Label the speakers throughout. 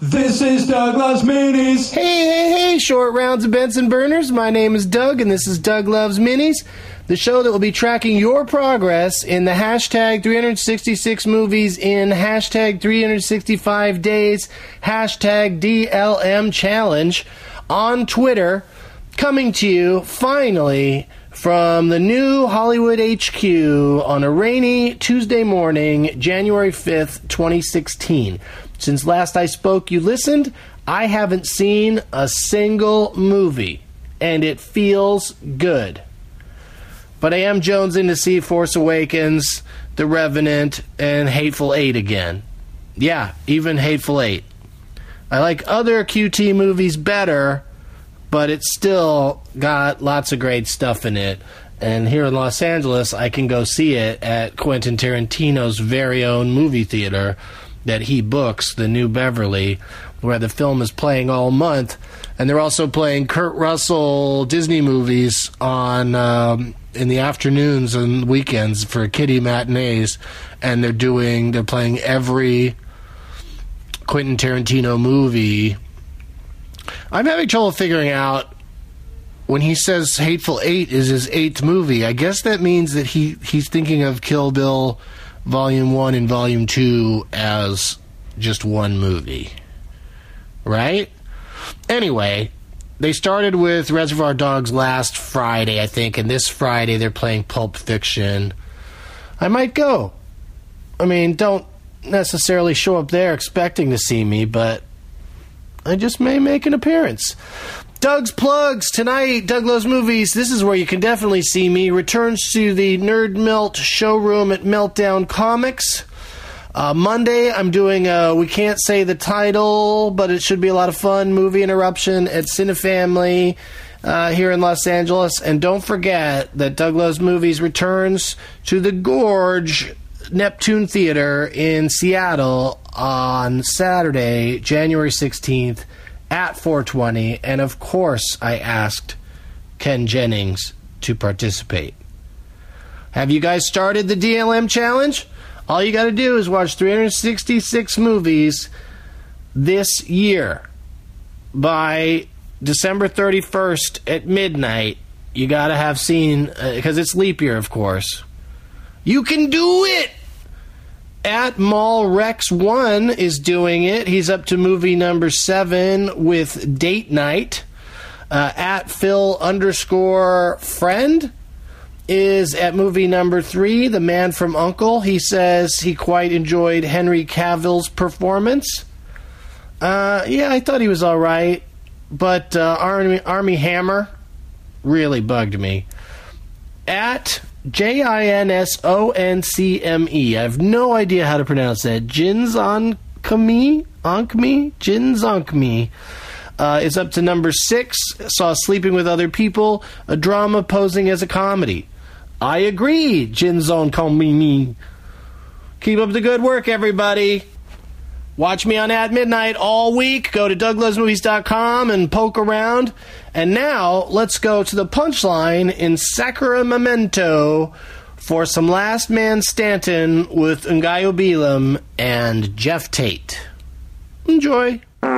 Speaker 1: This is Douglas Minis.
Speaker 2: Hey, hey, hey, short rounds of Benson Burners. My name is Doug, and this is Doug Loves Minis, the show that will be tracking your progress in the hashtag 366 movies in hashtag 365 days, hashtag DLM challenge on Twitter, coming to you finally from the new Hollywood HQ on a rainy Tuesday morning, January 5th, 2016. Since last I spoke, you listened. I haven't seen a single movie, and it feels good. But I am jonesing to see Force Awakens, The Revenant, and Hateful Eight again. Yeah, even Hateful Eight. I like other QT movies better, but it's still got lots of great stuff in it. And here in Los Angeles, I can go see it at Quentin Tarantino's very own movie theater that he books, the New Beverly, where the film is playing all month. And they're also playing Kurt Russell Disney movies on um, in the afternoons and weekends for kiddie matinees. And they're doing they're playing every Quentin Tarantino movie. I'm having trouble figuring out when he says Hateful Eight is his eighth movie. I guess that means that he, he's thinking of Kill Bill Volume 1 and Volume 2 as just one movie. Right? Anyway, they started with Reservoir Dogs last Friday, I think, and this Friday they're playing Pulp Fiction. I might go. I mean, don't necessarily show up there expecting to see me, but I just may make an appearance. Doug's plugs tonight, Doug Loves Movies. This is where you can definitely see me. Returns to the Nerd Melt showroom at Meltdown Comics. Uh, Monday, I'm doing a we can't say the title, but it should be a lot of fun movie interruption at Cinefamily uh, here in Los Angeles. And don't forget that Doug Loves Movies returns to the Gorge Neptune Theater in Seattle on Saturday, January 16th at 420. And of course, I asked Ken Jennings to participate. Have you guys started the DLM challenge? All you got to do is watch 366 movies this year by December 31st at midnight. You got to have seen, because it's leap year, of course. You can do it! At Mall Rex 1 is doing it. He's up to movie number 7 with Date Night. Uh, at Phil underscore friend is at movie number three, The Man from Uncle. He says he quite enjoyed Henry Cavill's performance. Uh, yeah, I thought he was all right, but uh, Army, Army Hammer really bugged me. At J I N S O N C M E. I have no idea how to pronounce that. Jinzonkami? Onkmi? Jinzonkmi uh, is up to number six. Saw Sleeping with Other People, a drama posing as a comedy. I agree, Jinzon Komini. Keep up the good work, everybody. Watch me on At Midnight all week. Go to douglasmovies.com and poke around. And now let's go to the punchline in Sacramento for some Last Man Stanton with Ngayo Belem and Jeff Tate. Enjoy.
Speaker 3: Yeah,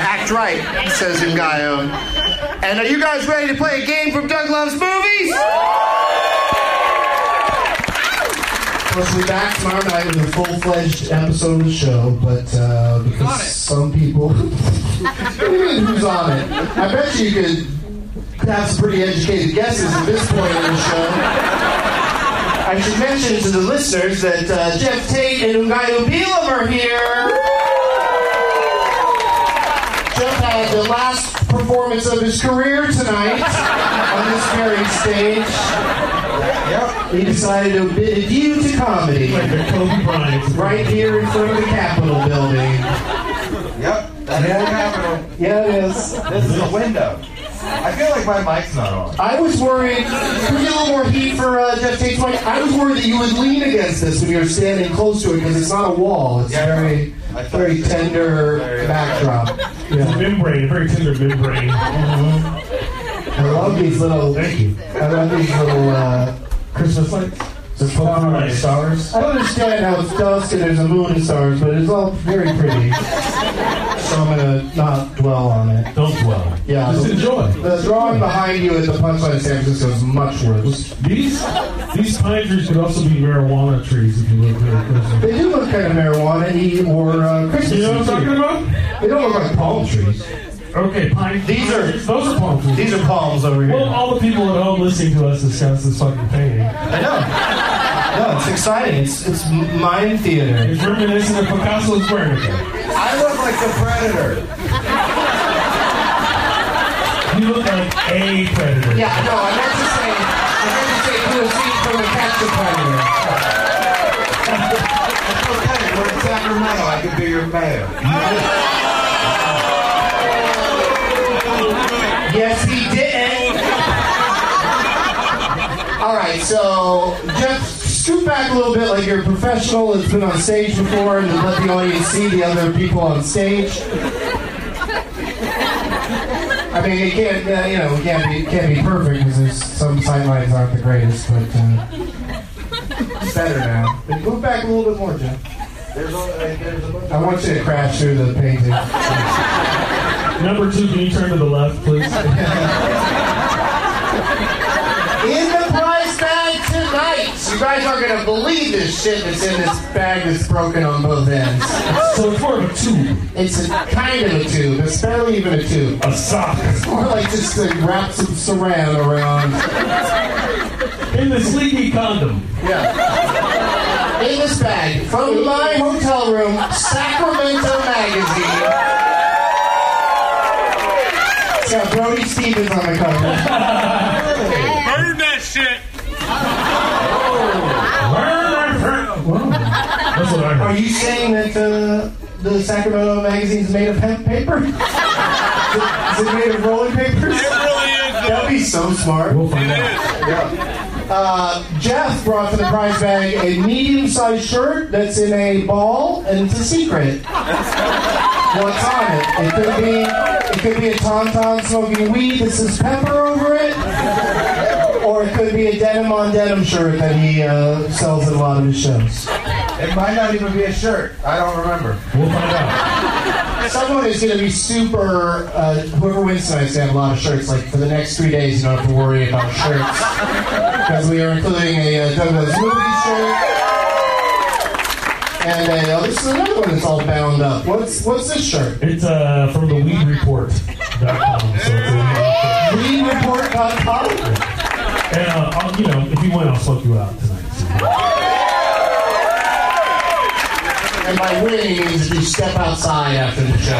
Speaker 3: act right, says Ngayo. And are you guys ready to play a game from Doug Loves Movies? We'll be back tomorrow night with a full-fledged episode of the show, but uh, because some people, who's on it? I bet you could have some pretty educated guesses at this point in the show. I should mention to the listeners that uh, Jeff Tate and Ungayo Belem are here. Jeff had the last performance of his career tonight on this very stage. He decided to bid adieu to comedy right here in front of the Capitol building.
Speaker 4: Yep, that is the capital.
Speaker 3: Yeah, it is.
Speaker 4: This is a window. I feel like my mic's not on.
Speaker 3: I was worried. Can we get a little more heat for uh, Jeff Tate's mic? I was worried that you would lean against this when you're standing close to it because it's not a wall. It's
Speaker 4: Yeah, I know.
Speaker 3: very,
Speaker 4: I thought
Speaker 3: very
Speaker 4: it was
Speaker 3: tender
Speaker 4: very-
Speaker 3: backdrop. Yeah.
Speaker 5: membrane, a very tender membrane.
Speaker 3: I love these little.
Speaker 5: Thank you.
Speaker 3: I love these little uh, Christmas lights.
Speaker 2: The Pokemon
Speaker 3: Stars.
Speaker 2: stars. I don't understand how it's dusk and there's a moon and stars, but it's all very pretty. So I'm gonna not dwell on it.
Speaker 3: Don't dwell.
Speaker 2: Yeah.
Speaker 3: Just
Speaker 2: The,
Speaker 3: enjoy.
Speaker 2: the drawing behind you at the punchline in San Francisco is much worse.
Speaker 3: These these pine trees could also be marijuana trees if you look really closely.
Speaker 2: They do look kind of marijuana-y or uh, Christmas.
Speaker 3: You know what I'm talking about?
Speaker 2: They don't look like palm trees.
Speaker 3: Okay, pine.
Speaker 2: These are-
Speaker 3: those are palm trees.
Speaker 2: These are palms over here.
Speaker 3: Well, all the people at home listening to us discuss this fucking painting.
Speaker 2: I know. No, it's exciting. It's it's mind theater.
Speaker 3: It's reminiscent of Picasso's Guernica.
Speaker 4: I look like the predator.
Speaker 3: You look like a predator.
Speaker 2: Yeah, no, I meant to say I meant to say UFC from a capture predator.
Speaker 4: It's okay. We're in Sacramento. I could be your mayor.
Speaker 2: Yes, he did. All right, so just scoot back a little bit, like you're a professional that's been on stage before, and let the audience see the other people on stage. I mean, it can't, uh, you know, it can't be, it can't be perfect because there's some sightlines aren't the greatest, but uh, it's better now. But Move back a little bit more, Jeff.
Speaker 4: There's a, uh, there's a bunch
Speaker 2: I want you to crash through the painting.
Speaker 3: Number two, can you turn to the left, please?
Speaker 2: In the prize bag tonight, you guys aren't gonna believe this shit that's in this bag that's broken on both ends.
Speaker 3: so it's more of a tube,
Speaker 2: It's a kind of a tube. It's barely even a tube.
Speaker 3: a sock.
Speaker 2: More like just like wrap some saran around.
Speaker 3: In the sleepy condom.
Speaker 2: In this bag from my hotel room, Sacramento magazine. It's got Brody Stevens on the cover.
Speaker 6: Burn that shit.
Speaker 3: Whoa. That's what I
Speaker 2: Are
Speaker 3: heard.
Speaker 2: you saying that uh, the Sacramento magazine's made of hemp paper? Is it- is it made of rolling papers?
Speaker 6: It really is. The,
Speaker 2: That'd be so smart.
Speaker 3: We'll find out.
Speaker 2: Uh, Jeff brought to the prize bag a medium-sized shirt that's in a ball, and it's a secret. What's on it? It could be it could be a tauntaun smoking weed that says pepper over it, or it could be a denim on denim shirt that he uh, sells at a lot of his shows.
Speaker 4: of- It might not even be a shirt. I don't remember.
Speaker 3: We'll find out.
Speaker 2: Someone is going to be super. Uh, whoever wins tonight's going to have a lot of shirts. Like for the next three days, you don't have to worry about shirts because we are including a uh, Douglas movie shirt. And a, oh, this is another one that's all bound up. What's what's this shirt?
Speaker 3: It's uh, from the Weed Report. And
Speaker 2: WeReport.com.
Speaker 3: uh, I'll, you know, if you want, I'll fuck you out tonight.
Speaker 2: And by winning means if you step outside after the show.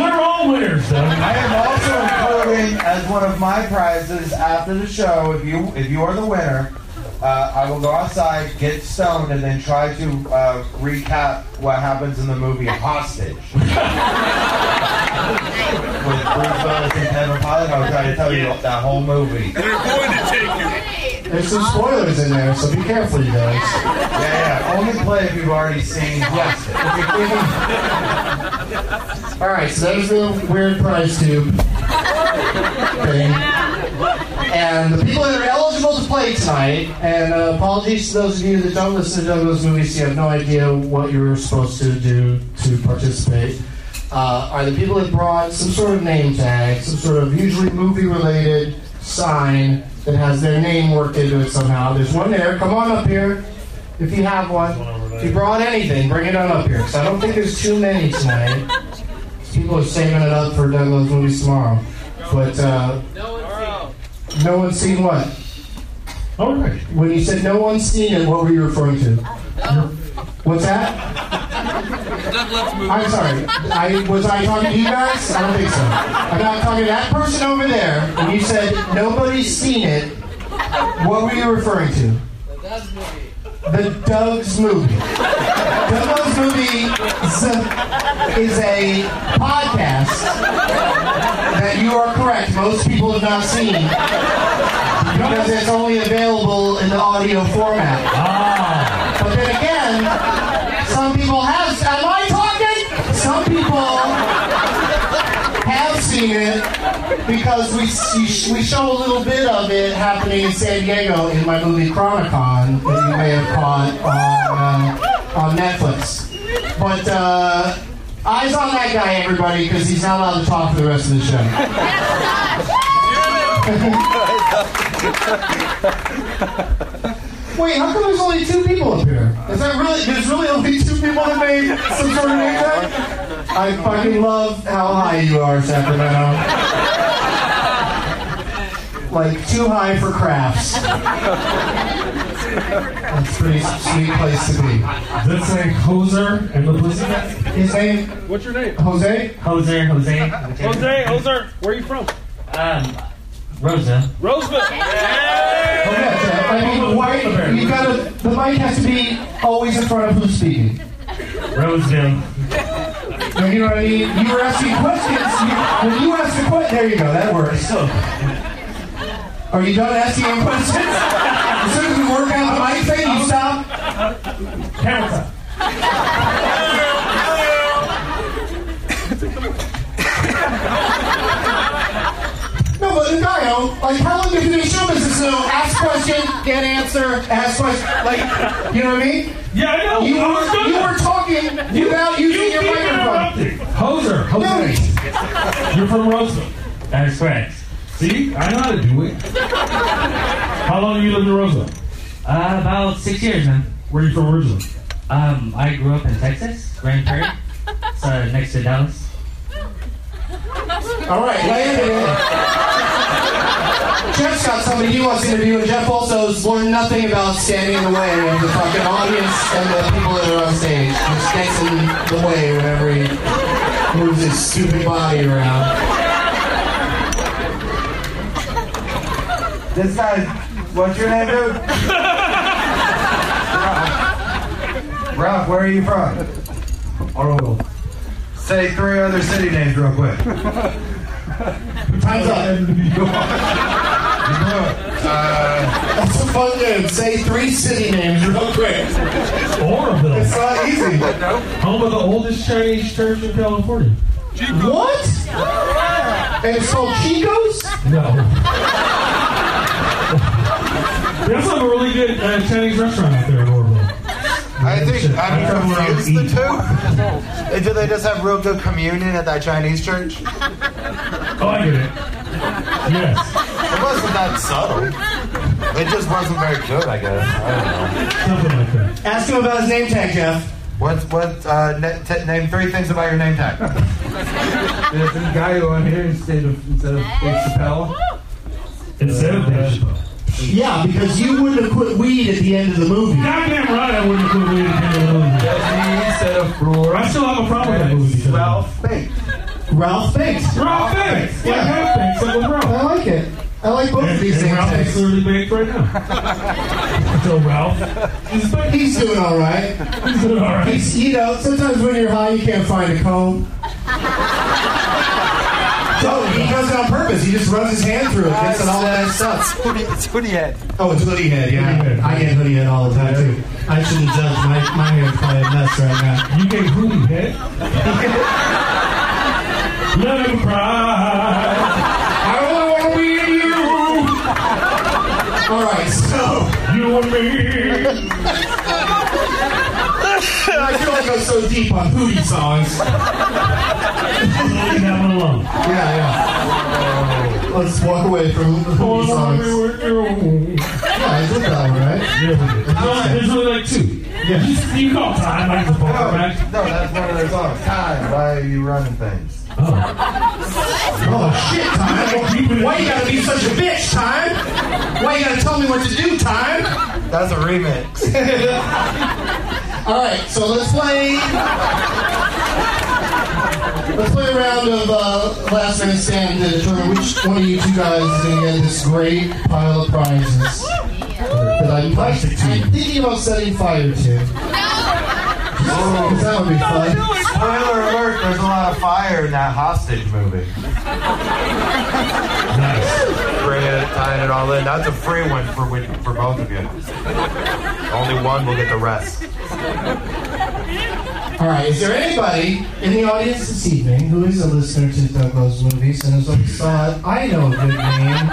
Speaker 3: We're all winners, though.
Speaker 4: I am also including as one of my prizes after the show. If you if you are the winner, uh, I will go outside, get stoned, and then try to uh, recap what happens in the movie Hostage. With Bruce Willis and Kevin Pollak, I'll try to tell you that whole movie. Yeah,
Speaker 6: they're going to take you.
Speaker 2: There's some spoilers in there, so be careful, you guys.
Speaker 4: yeah. Only play if you've already seen Hostage.
Speaker 2: All right, so that was the weird prize tube thing. And the people that are eligible to play tonight, and uh, apologies to those of you that don't listen to Douglas movies, you have no idea what you were supposed to do to participate, uh, are the people that brought some sort of name tag, some sort of usually movie related sign that has their name worked into it somehow. There's one there. Come on up here if you have one. If you brought anything, bring it on up here, because I don't think there's too many tonight. People are saving it up for Douglas movies tomorrow. But uh, no one's seen what?
Speaker 3: All right.
Speaker 2: When you said no one's seen it, what were you referring to? What's that?
Speaker 6: Doug loves movies.
Speaker 2: I'm sorry. I was I talking to you guys? I don't think so. I'm not talking to that person over there. When you said nobody's seen it, what were you referring to? The Doug's movie. The Doug's movie is- is a podcast that you are correct. Most people have not seen because it's only available in the audio format.
Speaker 3: Ah.
Speaker 2: But then again, some people have. Am I talking? Some people have seen seen it because we we show a little bit of it happening in San Diego in my movie Chronicon that you may have caught on, uh, on Netflix. But uh, eyes on that guy, everybody, because he's not allowed to talk for the rest of the show. Wait, how come there's only two people up here? Is that really? There's really only two people that made some sort of impact. I fucking love how high you are, Sacramento. Like too high for crafts. That's a pretty sweet place to be.
Speaker 3: That's like Hoser and the Pussycats.
Speaker 2: His name
Speaker 7: What's your name?
Speaker 2: Jose.
Speaker 3: Hoser, Jose.
Speaker 7: Jose, Jose, where are you from?
Speaker 3: Um, Rosa.
Speaker 7: Roseville.
Speaker 2: Oh, yeah, Jeff. I mean, why? You gotta. The mic has to be always in front of who's speaking.
Speaker 3: Roseville.
Speaker 2: Now, you know what I mean? You were asking questions. You, when you asked a question, there you go. That works. Are you done asking him questions? As soon as we work out the mic thing, you stop.
Speaker 3: Hamilton.
Speaker 2: No, but the guy, oh, like, how long have you been in show business? So ask question, get answer, ask question. Like, you know what I mean?
Speaker 3: Yeah, I know.
Speaker 2: You
Speaker 3: I was
Speaker 2: were,
Speaker 3: doing
Speaker 2: you were
Speaker 3: that.
Speaker 2: talking without
Speaker 3: You
Speaker 2: using your
Speaker 3: keep
Speaker 2: microphone.
Speaker 3: interrupting. Hoser,
Speaker 2: No,
Speaker 3: Jose. You're from Roseville. That is correct. See, I know how to do it. How long have you lived in Roseville?
Speaker 8: Uh, about six years, man.
Speaker 3: Where are you from originally?
Speaker 8: Um, I grew up in Texas, Grand Prairie, so next to Dallas.
Speaker 2: All right, land it. Jeff's got somebody he wants to interview, and Jeff also has learned nothing about standing in the way of the fucking audience and the people that are on stage. He stands in the way whenever he moves his stupid body around.
Speaker 4: This guy, what's your name, dude? Ralph. Ralph, where are you from? Oroville. Say three other city names real quick. You blew it.
Speaker 2: Time's up.
Speaker 4: Uh,
Speaker 2: That's a fun game. Say three city names real quick.
Speaker 3: Oroville.
Speaker 2: It's not easy.
Speaker 3: Home of the oldest Chinese church in California.
Speaker 2: What? And it's called Chico's?
Speaker 3: No. we also have a really good uh, Chinese restaurant out there in Oroville.
Speaker 4: I think
Speaker 3: I don't know where
Speaker 4: I'm
Speaker 3: I'm
Speaker 4: confused the two. Do they just have real good communion at that Chinese church? It
Speaker 3: Oh, I get it. Yes.
Speaker 4: wasn't that subtle. It just wasn't very good, I guess. I don't know.
Speaker 3: Something like that.
Speaker 2: Ask him about his name tag, Jeff.
Speaker 4: What? What? Uh, na- t- name three things about your name tag. There's some guy on here instead of instead of Chappelle.
Speaker 3: Instead of Dave Chappelle.
Speaker 2: Yeah, because you wouldn't have put weed at the end of the movie.
Speaker 3: Goddamn right, I wouldn't have been willing to pay the movie.
Speaker 4: Instead of Brewer.
Speaker 3: I still have a problem with that movie.
Speaker 4: Ralph Fink.
Speaker 2: Ralph Bakes.
Speaker 3: Ralph Banks. Like
Speaker 2: Yeah.
Speaker 3: Ralph Banks, I'm with Ralph.
Speaker 2: I like it. I like both of
Speaker 3: And,
Speaker 2: these
Speaker 3: and
Speaker 2: name
Speaker 3: Ralph is
Speaker 2: tags.
Speaker 3: literally baked right now. so Ralph is baked.
Speaker 2: He's doing all right.
Speaker 3: He's doing all right.
Speaker 2: He's, you know, sometimes when you're high, you can't find a comb. So he does it on purpose. He just runs his hand through it, gets it all that stuff.
Speaker 4: It's Hoodie Head.
Speaker 2: Oh, it's hoodie head.
Speaker 3: Hoodie head.
Speaker 2: Yeah, I get hoodie head all the time too. I shouldn't judge. My my hair's probably a mess right now.
Speaker 3: You gave Hootie head. Let him cry.
Speaker 2: I don't want to be in you. All right, so.
Speaker 3: You and me.
Speaker 2: I feel like I'm so deep on hootie songs.
Speaker 3: Leave that one alone.
Speaker 2: Yeah, yeah. Oh, Let's walk away from hootie songs. Yeah, I did that one, right?
Speaker 3: There's only like two. Yeah. You call time like the
Speaker 4: No,
Speaker 3: ball,
Speaker 4: no,
Speaker 3: right?
Speaker 4: that's one of their songs. Time. Why are you running things?
Speaker 2: Oh shit, time! Why you gotta be such a bitch, time? Why you gotta tell me what to do, time?
Speaker 4: That's a remix.
Speaker 2: All right, so let's play. Let's play a round of uh, last man stand to determine which one of you two guys is gonna get this great pile of prizes that I might. I'm thinking about setting fire to. Because that would be fun.
Speaker 4: Spoiler alert: There's a lot of fire in that hostage movie.
Speaker 3: Nice.
Speaker 4: Bringing it, tying it all in. That's a free one for win- for both of you. Only one will get the rest.
Speaker 2: All right. Is there anybody in the audience this evening who is a listener to Doug Loves Movies and is like, "Sod, I know a good name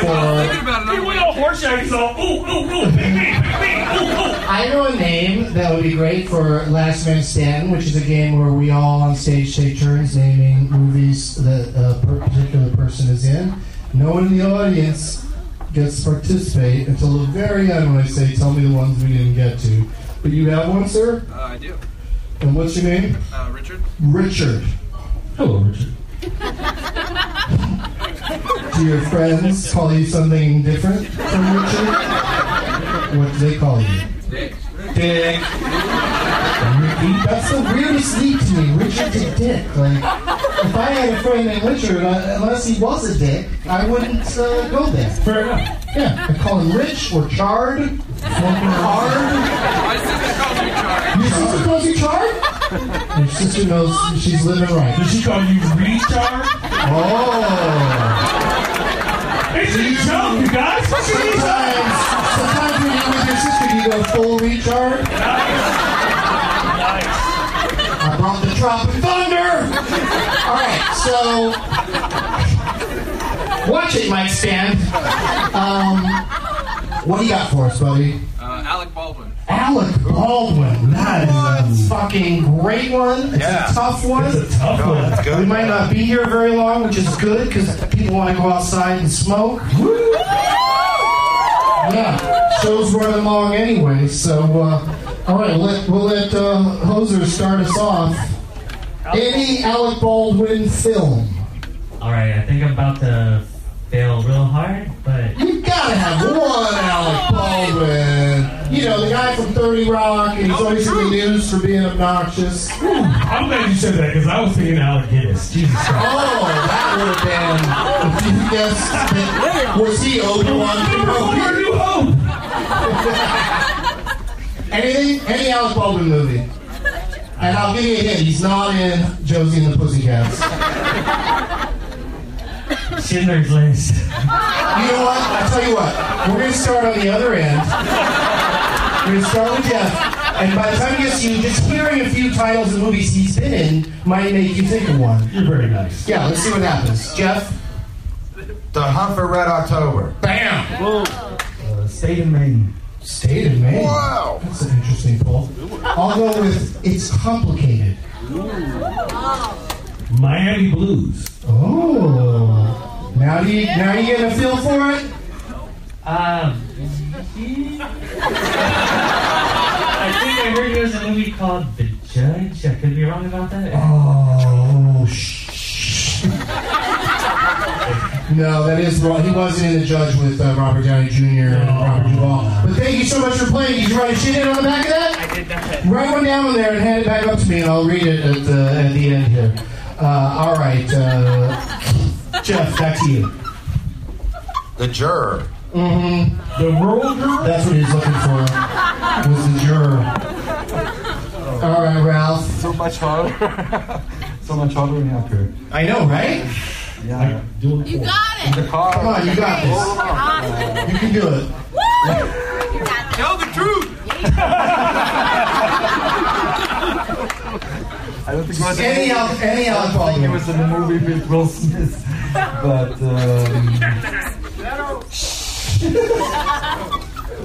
Speaker 2: for.
Speaker 3: Hey, we all horse shaggy, so ooh, ooh, ooh, big me, big me, ooh, ooh.
Speaker 2: I know a name that would be great for Last Man Standing, which is a game where we all on stage take turns naming movies that a per- particular person is in. No one in the audience gets to participate until the very end when I say, "Tell me the ones we didn't get to." But you have one, sir.
Speaker 6: Uh, I do.
Speaker 2: And what's your name?
Speaker 6: Uh, Richard?
Speaker 2: Richard.
Speaker 3: Hello, Richard.
Speaker 2: Do your friends call you something different from Richard? What do they call you?
Speaker 6: Dick.
Speaker 2: Dick. That's the weirdest thing to me. Richard's a dick. Like, if I had a friend named Richard, I, unless he was a dick, I wouldn't uh, go there.
Speaker 3: Fair enough.
Speaker 2: Yeah, I call him Rich or Chard. Or Hard.
Speaker 6: My sister calls me Charlie.
Speaker 2: Your sister calls you Chard? Your sister knows she's living right.
Speaker 3: Did she call you retard?
Speaker 2: Oh.
Speaker 3: It's a joke, you guys. What you mean?
Speaker 2: Sometimes, sometimes when you're with your sister, you go full retard. I brought the tropic thunder. All right, so watch it, Mike Stand. Um, what do you got for us, buddy?
Speaker 6: Uh, Alec Baldwin.
Speaker 2: Alec Baldwin. That is a fucking great one. It's
Speaker 4: Yeah.
Speaker 2: a tough one.
Speaker 3: Tough one.
Speaker 2: We might not be here very long, which is good because people want to go outside and smoke. Yeah, show's running long anyway, so uh, all right, let, we'll let uh, Hoser start us off. Any Alec Baldwin film?
Speaker 8: All right, I think I'm about to fail real hard, but
Speaker 2: You gotta have one Alec Baldwin. You know the guy from Thirty Rock, and he's always in the news for being obnoxious.
Speaker 3: I'm glad you said that because I was thinking Alec Guinness. Jesus Christ.
Speaker 2: Oh, that would have been. If you guessed that- was he Obi Wan?
Speaker 3: Where are you home?
Speaker 2: Anything, any Alec Baldwin movie. And I'll give you a hint, he's not in Josie and the Pussycats. You
Speaker 8: Schindler's List.
Speaker 2: know what? I'll tell you what. We're going to start on the other end. We're going to start with Jeff. And by the time you get to you, just hearing a few titles of movies he's been in might make you think of one.
Speaker 3: You're very nice.
Speaker 2: Yeah, let's see what happens. Jeff?
Speaker 4: The Hunt for Red October.
Speaker 2: Bam!
Speaker 8: Uh, State of Maine.
Speaker 2: State of Maine.
Speaker 4: Wow.
Speaker 2: That's an interesting pull. I'll go with It's Complicated.
Speaker 3: Miami Blues.
Speaker 2: Oh. Now do you, now you get a feel for it?
Speaker 8: Um, I think I heard there was a movie called The Judge. I could be wrong about that.
Speaker 2: Oh, shh. no, that is wrong. He wasn't in the judge with uh, Robert Downey Jr. and Robert Duvall. But thank you so much for playing. Did you write a shit in on the back of that? I did not. Write one down in there and hand it back up to me, and I'll read it at the, at the end here. Uh, all right, uh, Jeff, back to you.
Speaker 4: The Juror.
Speaker 3: The Rural Girl.
Speaker 2: That's what he's looking for. Was the juror. All right, Ralph.
Speaker 9: So much harder. so much harder and accurate.
Speaker 2: I know, right?
Speaker 9: Yeah.
Speaker 3: Do it
Speaker 10: You
Speaker 3: for us.
Speaker 10: got it.
Speaker 9: The car.
Speaker 2: Come on, you got this.
Speaker 10: Awesome.
Speaker 2: You can do it.
Speaker 10: Woo! You got it.
Speaker 6: Tell the truth!
Speaker 9: I don't think it was.
Speaker 2: Any
Speaker 9: I
Speaker 2: Alec, any Alec
Speaker 9: think it
Speaker 2: Baldwin.
Speaker 9: was in the movie with Will Smith. But um,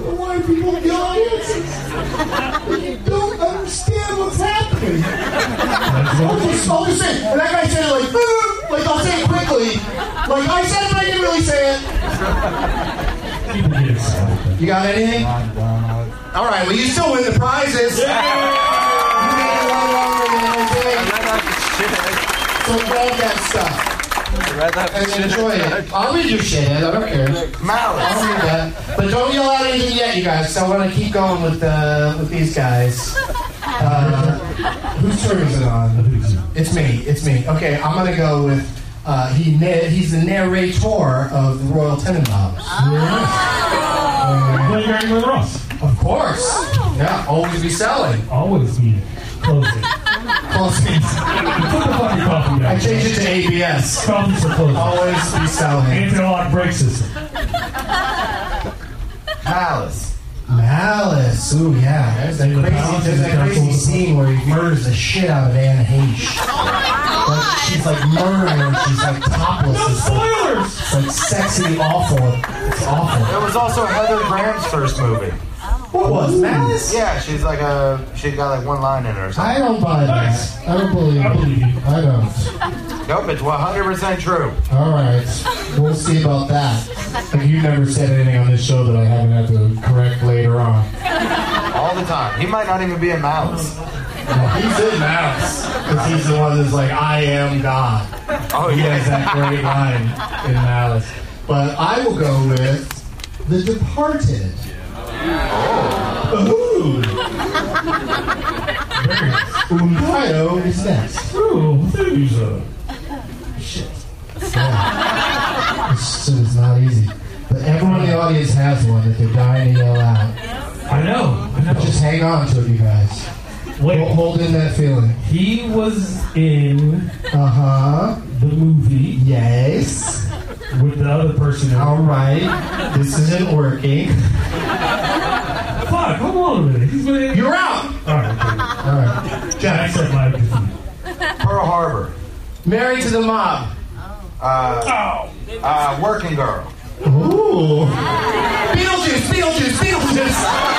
Speaker 2: Why are people in the audience? They don't understand what's happening. I'll just, I'll just say, and that guy said it like, "Uh," like I'll say it quickly. Like I said it, but I didn't really say it.
Speaker 3: People get excited.
Speaker 2: You got anything?
Speaker 9: I'm done.
Speaker 2: All right, well, you still win the prizes. You made it a lot longer than I did. So grab that stuff and enjoy it. I'll read your shit, I don't care. I'll read that. But don't yell out anything yet, you guys. So I want to keep going with, uh, with these guys. Uh, whose turn is it on? It's me. It's me. Okay, I'm gonna go with. Uh, he na- he's the narrator of the Royal Tenenbaums.
Speaker 3: Oh. Play Gary with Ross.
Speaker 2: Of course. Yeah, always be selling.
Speaker 3: Always need it. Close it.
Speaker 2: Close means-
Speaker 3: Put the fucking coffee
Speaker 2: I
Speaker 3: down.
Speaker 2: changed it to ABS.
Speaker 3: Coffee's for closing.
Speaker 2: Always be selling.
Speaker 3: Anti-lock brake system.
Speaker 4: Malice.
Speaker 2: Malice. Ooh, yeah. There's that crazy, there's that crazy scene where he murders the shit out of Anne Heche. Like, she's like murdering her. She's like topless. It's like,
Speaker 3: Spoilers!
Speaker 2: it's like sexy, awful. It's awful.
Speaker 4: That was also Heather Graham's first movie.
Speaker 2: What was Malice?
Speaker 4: Yeah, she's like a she got like one line in her. Or
Speaker 2: I
Speaker 4: something.
Speaker 2: don't buy that. I don't believe
Speaker 3: I
Speaker 2: it.
Speaker 3: believe you.
Speaker 2: I don't.
Speaker 4: Nope, it's 100 percent true.
Speaker 2: All right. We'll see about that. Like, you never said anything on this show that I haven't had to correct later on.
Speaker 4: All the time. He might not even be a mouse.
Speaker 2: Well, he's in Malice because he's the one that's like, I am God.
Speaker 4: Oh
Speaker 2: He has that great line in Malice. But I will go with The Departed. Oh. Ooh. Umbayo is next.
Speaker 3: Ooh, who's uh,
Speaker 2: Shit. Yeah. This shit is not easy. But everyone in the audience has one that they're dying to yell out.
Speaker 3: I know. I know.
Speaker 2: Just hang on to it, you guys. Hold,
Speaker 3: Wait,
Speaker 2: hold in that feeling.
Speaker 3: he was in
Speaker 2: Uh huh.
Speaker 3: the movie
Speaker 2: Yes.
Speaker 3: with the other person. in-
Speaker 2: All right, this isn't working.
Speaker 3: Fuck, hold on a minute. He's been in.
Speaker 2: You're out.
Speaker 3: All right,
Speaker 2: All right,
Speaker 3: okay. I accept my defeat.
Speaker 4: Pearl Harbor.
Speaker 2: married to the mob.
Speaker 4: Uh,
Speaker 3: Oh,
Speaker 4: uh, working girl.
Speaker 2: Ooh, Beetlejuice, Beetlejuice, Beetlejuice.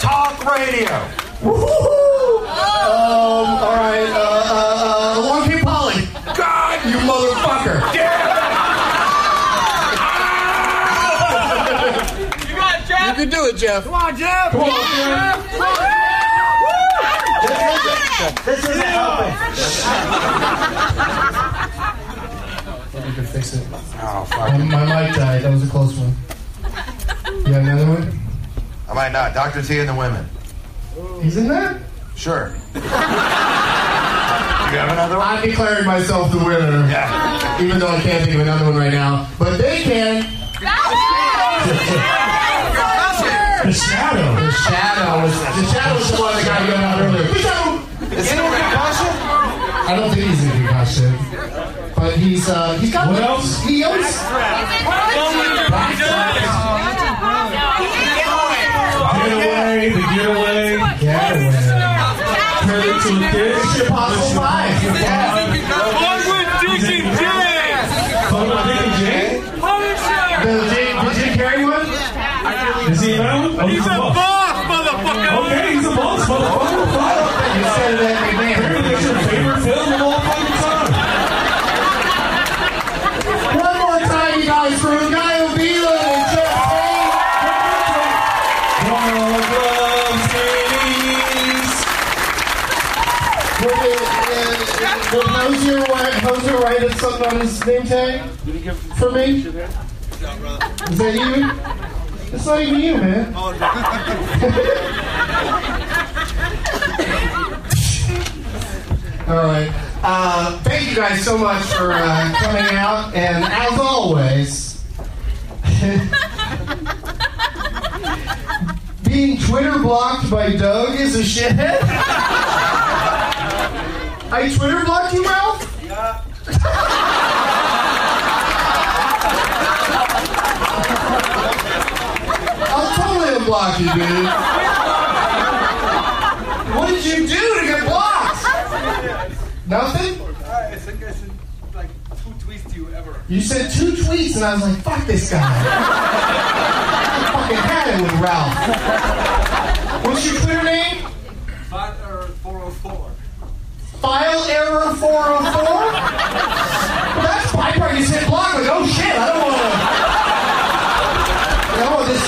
Speaker 4: Talk radio.
Speaker 2: Woo! Um, all right, uh, uh, uh, Long King Polly. God, you motherfucker.
Speaker 6: You got it, Jeff. You can do it, Jeff. Come on, Jeff. Come on, Jeff.
Speaker 4: This is helping.
Speaker 2: I can fix it.
Speaker 4: Oh
Speaker 2: My,
Speaker 4: fuck.
Speaker 2: my mic died. That was a close one. You got another one?
Speaker 4: I might not. Doctor T and the women.
Speaker 2: He's in there.
Speaker 4: Sure. you have another one?
Speaker 2: I declared myself the winner.
Speaker 4: Yeah.
Speaker 2: Even though I can't think of another one right now, but they can.
Speaker 3: the shadow.
Speaker 2: The shadow was the shadow was the one that got yelled out earlier. The shadow.
Speaker 4: Is it a concussion?
Speaker 2: I don't think he's in concussion, but he's uh, he's got
Speaker 3: What else?
Speaker 2: He owns
Speaker 3: Getaway, the getaway.
Speaker 2: Getaway,
Speaker 3: Turn it to a dish.
Speaker 2: Impossible Five. Yeah.
Speaker 3: Come on, Dick and Jane.
Speaker 2: The Jim, the Jim Carrey one.
Speaker 3: Is he around? Oh, he's, a boss. Okay, he's a boss, motherfucker. Fuck.
Speaker 2: You said that again.
Speaker 3: Apparently, it's your favorite film of all fucking time.
Speaker 2: One more time, you guys, for Guy Avila and Jeff Payne.
Speaker 3: Donald loves movies.
Speaker 2: Will Hosier write, Hosier write us something on his name tag for me? Is that you? It's not even you, man. All right. Uh, thank you guys so much for uh, coming out, and as always, being Twitter blocked by Doug is a shithead. I Twitter blocked you, Ralph. Yeah. I'll totally unblock you, dude. What did you do to get blocked? Nothing.
Speaker 6: I think I sent like two tweets to you ever.
Speaker 2: You sent two tweets, and I was like, fuck this guy. I fucking had it with Ralph. What's your Twitter name?
Speaker 6: Fat or 404.
Speaker 2: File error 404? That's my part. You said block. Like, oh shit, I don't want to. I don't want this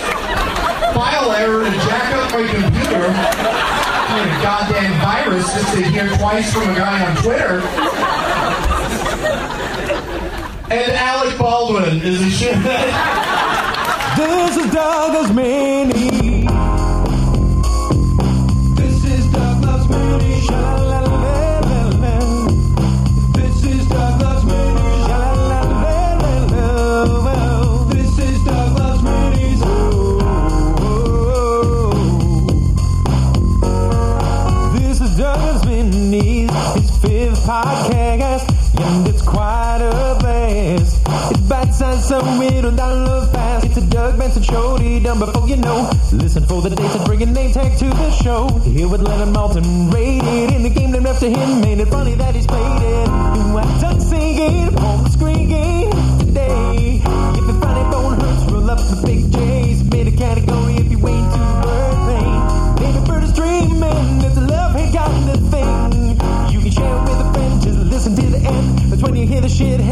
Speaker 2: file error to jack up my computer. Like a goddamn virus just to hear twice from a guy on Twitter. And Alec Baldwin is a shit.
Speaker 1: This is Douglas Mini. This is Douglas Mini. Sha-la-la-la-la-la. This is Douglas Mini. Sha-la-la-la-la-la. This is Douglas Mini's. Oh, oh, oh. This is Douglas Vinny's, his fifth podcast, and it's quite a blast. It's bites sign somewhere on dollar fast. It's a Doug Benson show, be done before you know. Listen for the dates and bring a name tag to the show. Here with Leonard Malton, rated in the game named after him. Made it funny that he's played it. Do I duck singing, home screaming today? If it funny bone hurts, roll up the big J's. Made a category if you wait to birthday. Made a bird is dreaming, if the love ain't got the thing. You can share with a friend, just listen to the end. That's when you hear the shit